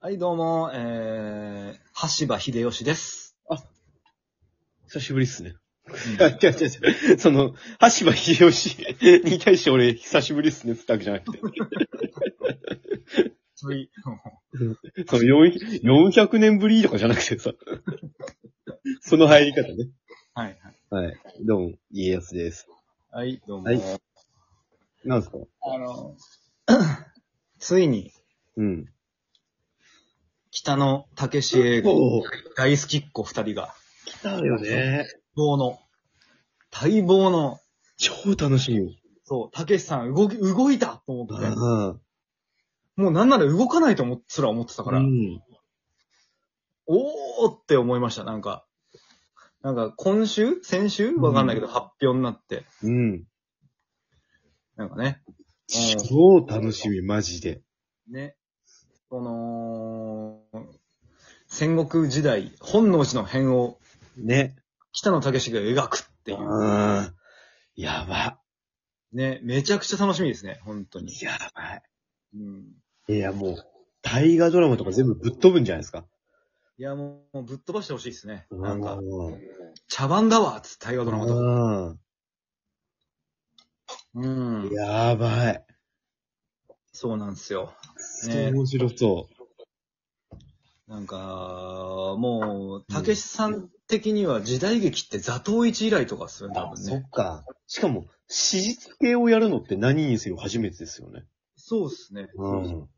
はい、どうも、えー、橋場秀吉です。久しぶりっすね。うんあ、違う違う違う。 その、橋場秀吉に対して俺、久しぶりっすねってわけじゃなくて。それその4、400年ぶりとかじゃなくてさ。 その入り方ね。 はい、はい。どうも、家康です。はい。はい、どうも。はいなんすかあの、 ついに、うん。北野武史映画おー大好きっ子二人が、来たよね。棒の、待望の、超楽しいよ。そう、武史さん動き、動いたと思って、あもうなんなら動かないと思っすら思ってたあ。から、うん。おーって思いました、なんか。なんか、今週先週わかんないけど、うん発表になって、うん。なんかね、超楽しみ、マジで。ね、この、戦国時代、本能寺の変をね。北野武が描くっていうう。ん。やば。ね、めちゃくちゃ楽しみですね、本当に。やばうん、い。いや、もう、大河ドラマとか全部ぶっ飛ぶんじゃないですか。いや、もう、もうぶっ飛ばしてほしいですね。ななんんかか、、茶番だわっつって大河ドラマとか。ううんん。。やばい。そうなんですよ。ね面白そなんか、もう、武さん的には時代劇って座頭市以来とかですよう。ね、多分そね。っか。しかも、史実系をやるのって何にせよ初めてですよね。そうですね。うん。うん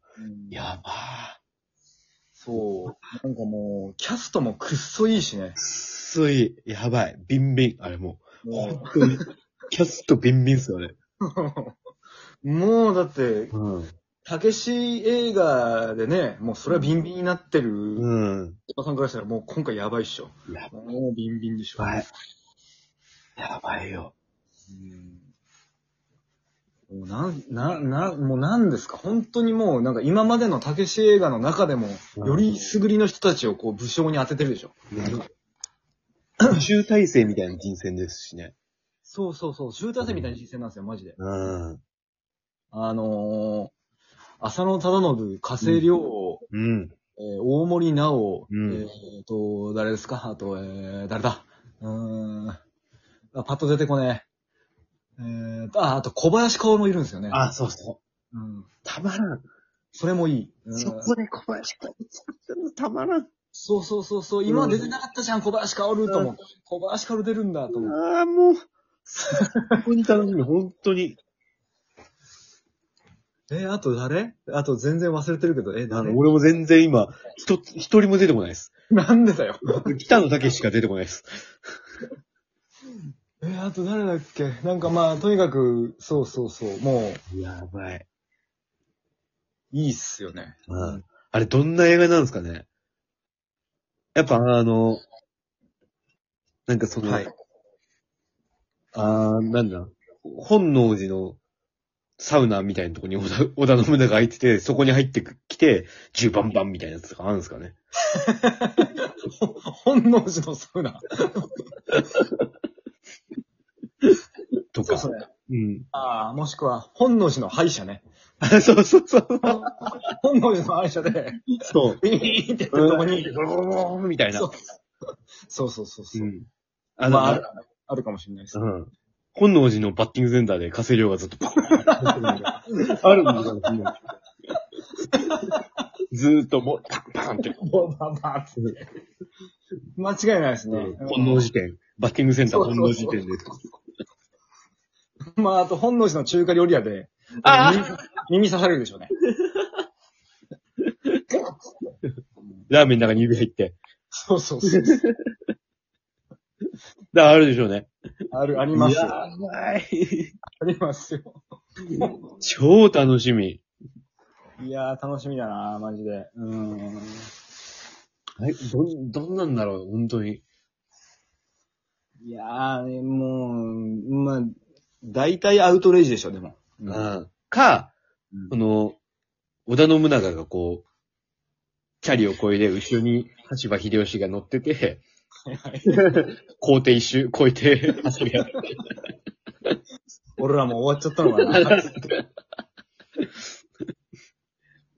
やばそう。なんかもう、キャストもくっそいいしね。ー。すい。やばい。ビンビン。あれもう、もう本当に、 キャストビンビンっすよね。もうだって、うん。たけし映画でね、もうそれはビンビンになってる、うん。おばさんからしたらもう今回やばいっしょ。やもうビンビンでしょ。ばい。やばいよ。うんもうなん、な、な、もうなんですか本当にもうなんか今までのたけし映画の中でも、うんよりすぐりの人たちをこう武将に当ててるでしょ。宇宙体制みたいな人選ですしね。そうそうそう、集大成みたいな人生なんですよ、マジで。うん。あのー、浅野忠信、加瀬亮、うん。えー大森奈央、うんえーと、誰ですかあと、えー、誰だうーんあ。パッと出てこねえ。えーと、あ、あと小林顔もいるんですよね。あ、そうそう。うん。たまらん。それもいい。うんそこで小林君作ったのたまらん。そうそうそうそう、今出てなかったじゃん、小林薫と思って。小林薫出るんだと思って。ああ、もう。本当に楽しみ、本当に。えーあと誰あと全然忘れてるけど、えー、あ誰の、俺も全然今、一つ、一人も出てこないです。なんでだよ。北野武しか出てこないです。えーあと誰だっけなんかまあ、とにかく、そうそうそう、もう、やばい。いいっすよね。うん。あれ、どんな映画なんですかねやっぱ、あの、なんかその、はいあー、なんだ、本能寺のサウナみたいなとこに織田 織田信長が入ってて、そこに入ってきて、銃バンバンみたいなやつとかあるんですかね ほ本能寺のサウナ。とそうか。そう。うん。ああ、もしくは、本能寺の敗者 ね。あそうそうそう。本能寺の敗者で、そう。ビーンってやってるとこに、うんみたいな。そうそうそうそうそうう。ん。あまあ、あるの、あるかもしれないです。うん。本能寺のバッティングセンターで加瀬亮がずっとパーン あるんですよ。ずーっともう、パンパンって。ボンバンバンって間違いないですね。本能寺店。バッティングセンター本能寺店です。まあ、あと、本能寺の中華料理屋で、あ耳耳刺されるでしょうね。ラーメンの中に指入って。そうそうそう。だからあるでしょうね。ある、ありますよ。あやばい。りますよ。超楽しみ。いやー、楽しみだなマジで。うん。はい、どん、どんなんだろう、本当に。いやー、ね、もう、まあ、大体アウトレイジでしょ、でも。う。か、うんその、織田信長がこう、キャリを越えで後ろに橋場秀吉が乗ってて、皇帝一周越えて走り合って、俺らもう終わっちゃったのかな。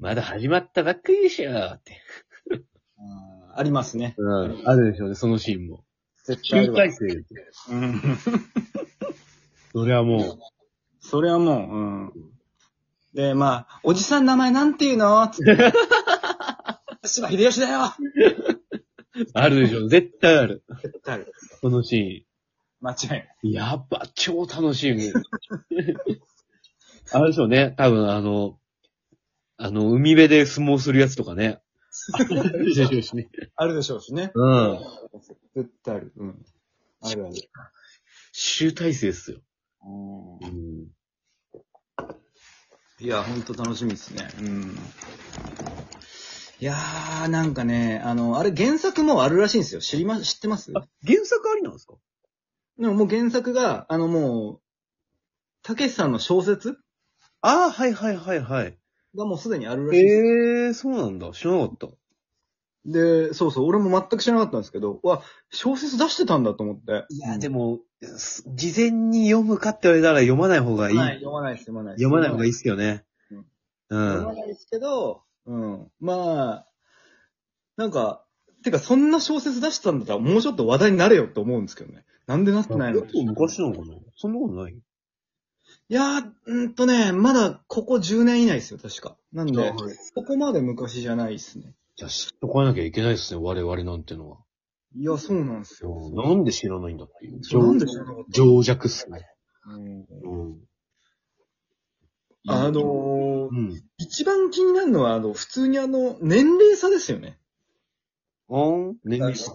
まだ始まったばっかりでしょって。あーありますね。うん。あるでしょうね、そのシーンも。絶対あ集るわ大成。うん。それはもそれはもう、うん。で、まあ、おじさん名前なんていう のつって。島秀吉だよう、あるでしょう。絶対ある。絶対ある。このシ間違いない。ーン。やっぱ、超楽しみ。 あれでしょうね。多分、あの、あの、海辺で相撲するやつとかね。あるでしょうしね。あるでしょうしね。うん。絶対ある。うん。あるある。集大成っすよ。ううん。んいや、ほんと楽しみですね。うん。いやー、なんかね、あの、あれ原作もあるらしいんですよ。知りま、知ってます原作ありなんですかでももう原作が、あのもう、たけしさんの小説ああ、はいはいはいはい。がもうすでにあるらしいんですよええー、そうなんだ。知らなかった。で、そうそう、俺も全く知らなかったんですけど、うわ、小説出してたんだと思って。いや、でも、す事前に読むかって言われたら読まない方がいい。はい、読まないです、読まないです。読まない方がいいっすよね。う読まん。ないですけど、うん。まあ、なんか、てか、そんな小説出してたんだったら、もうちょっと話題になれよって思うんですけどね。なんでなってないの結構昔なのかなそんなことないいやー、うんとね、まだここ10年以内ですよ、確か。なんで、ここまで昔じゃないですね。じゃあ知っとかなきゃいけないですね、我々なんてのは。いや、そうなんですよ。なんで知らないんだっていう。なんでしょうね。情弱っすね。うんうん。あのー、うん。一番気になるのは、あの、普通にあの、年齢差ですよね。あん年齢差。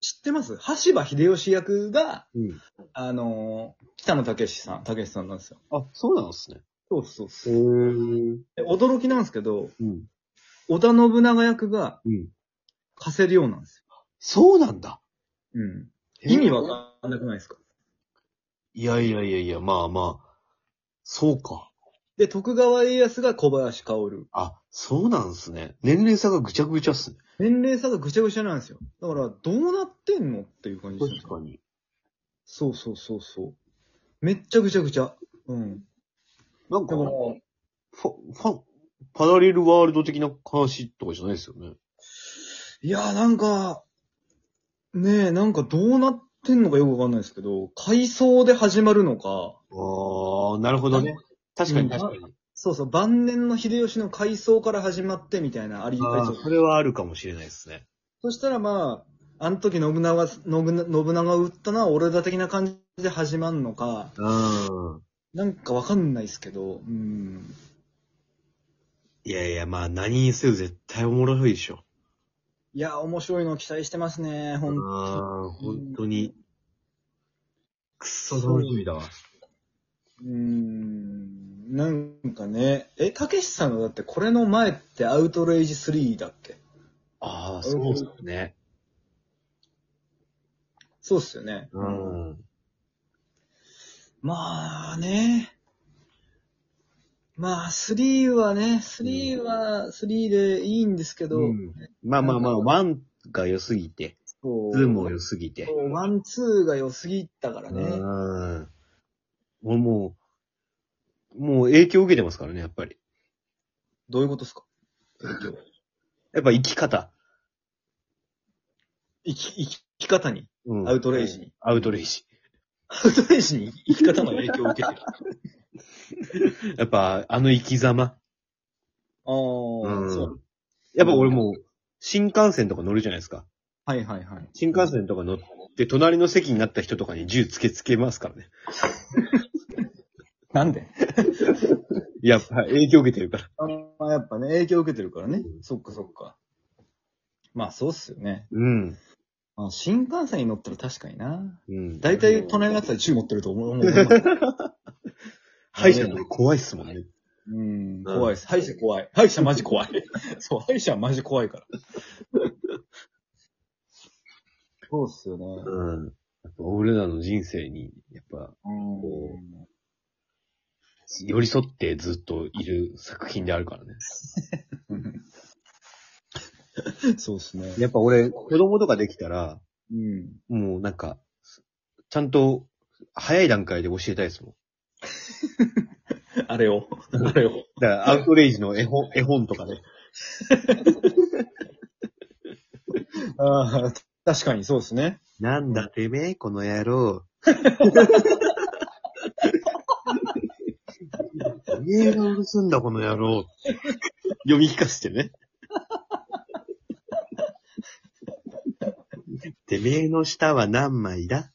知ってます橋場秀吉役が、うん。あのー、北野武さん、武さんなんですよ。あ、そうなんですね。そうそうそへえ。うん。う。驚きなんですけど、うん。織田信長役が、加瀬亮なんですそうなんだ。よ。うん。意味わかんなくないですかいやいやいやいや、まあまあ。そうか。で、徳川家康が小林薫。あ、そうなんですね。年齢差がぐちゃぐちゃっすね。年齢差がぐちゃぐちゃなんですよ。だから、どうなってんのっていう感じですね。かに。そうそうそうそう。めっちゃぐちゃぐちゃ。うん。なんだか、から、ファ、ファ、パラレルワールド的な話とかじゃないですよね。いやーなんか、ねえ、なんかどうなってんのかよくわかんないですけど、回想で始まるのか、ああ、なるほどね。確かうんに確かに。そうそう、晩年の秀吉の回想から始まってみたいな、あり、ありあそあうそれはあるかもしれないですね。そしたらまあ、あの時信長、信長信長を撃ったのは俺だ的な感じで始まるのか、うん。なんかわかんないですけど、うん。いやいや、まあ何にせよ絶対おもろいでしょ。いやー、面白いの期待してますね、ほうんん、と本当に。くっそ楽しみだわ。うーんなんかね、え、たけしさんのだってこれの前ってアウトレイジ3だっけああ、そうですね。そうっすよね。うん。まあね。まあ、3はね、3は3でいいんですけど、うんまあまあまあ、ワンが良すぎて、そうツーも良すぎて。そうワン、ツーが良すぎたからね。うん。俺もう、もう影響受けてますからね、やっぱり。どういうことですかやっぱ生き方。生き、生き生き方に、うんアウトレイジに。アウトレイジ。アウトレイジに生き方の影響を受けて る。あやっぱ、あの生き様。あー、うんそう。やっぱ俺もう、新幹線とか乗るじゃないですか。はいはいはい。新幹線とか乗って、隣の席になった人とかに銃つけつけますからね。なんでやっぱ影響受けてるから。あまあやっぱね、影響受けてるからね。うそっかそっか。まあそうっすよね。うん。まあ、新幹線に乗ったら確かにな。うん。大体隣のやつは銃持ってると思う。 思う歯医者の怖いっすもんね。うん、怖いです。歯医者怖い。歯医者マジ怖い。 そう、歯医者マジ怖いから。そうっすよね。うん。やっぱ俺らの人生に、やっぱ、うんこ寄り添ってずっといる作品であるからね。そうっすね。やっぱ俺、子供とかできたら、うん。もうなんか、ちゃんと、早い段階で教えたいですもん。あれを。あれを。だから、アウトレイジの絵本、絵本とかね。ああ、確かにそうですね。なんだてめえ、この野 郎。映画を盗んだ、この野郎。読み聞かせてね。てめえの舌は何枚だ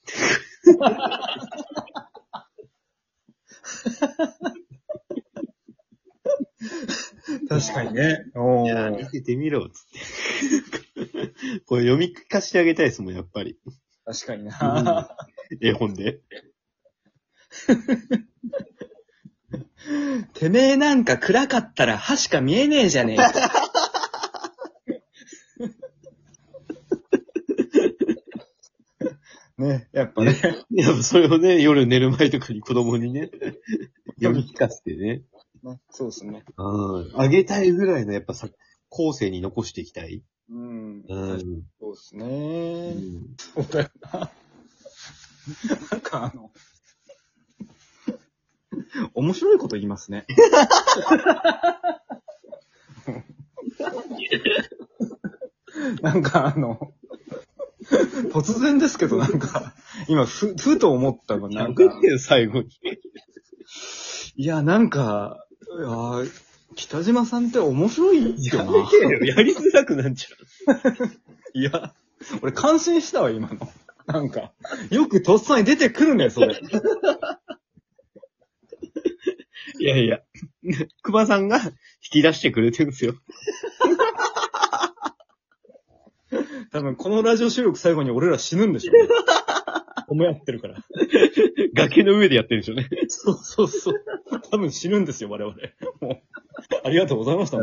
確かにね。おいや、見ーせてみろ、つって。これ読み聞かせてあげたいですもん、やっぱり。確かにな。絵本で。てめえなんか暗かったら歯しか見えねえじゃねえか。 ね、やっぱね。いや、それをね、夜寝る前とかに子供にね、読み聞かせてね。そうですね。うん。あげたいぐらいの、やっぱさ、後世に残していきたい。うん。うん。そうですね。そうだよな。なんかあの、面白いこと言いますね。なんかあの、突然ですけどなんか、今ふ、ふと思ったのなんか、てよ、最後に。いやなんか、いやー北島さんって面白いよな。よ、やりづらくなっちゃいや、俺感心したわ、今の。なんか、よくとっさに出てくるね、それ。う。いやいや。熊さんが引き出してくれてるんですよ。多分このラジオ収録最後に俺ら死ぬんでし ょうね。思い合ってるから。崖の上でやってるんでしょうね。そうそうそう。多分死ぬんですよ、我々。もう。ありがとうございました。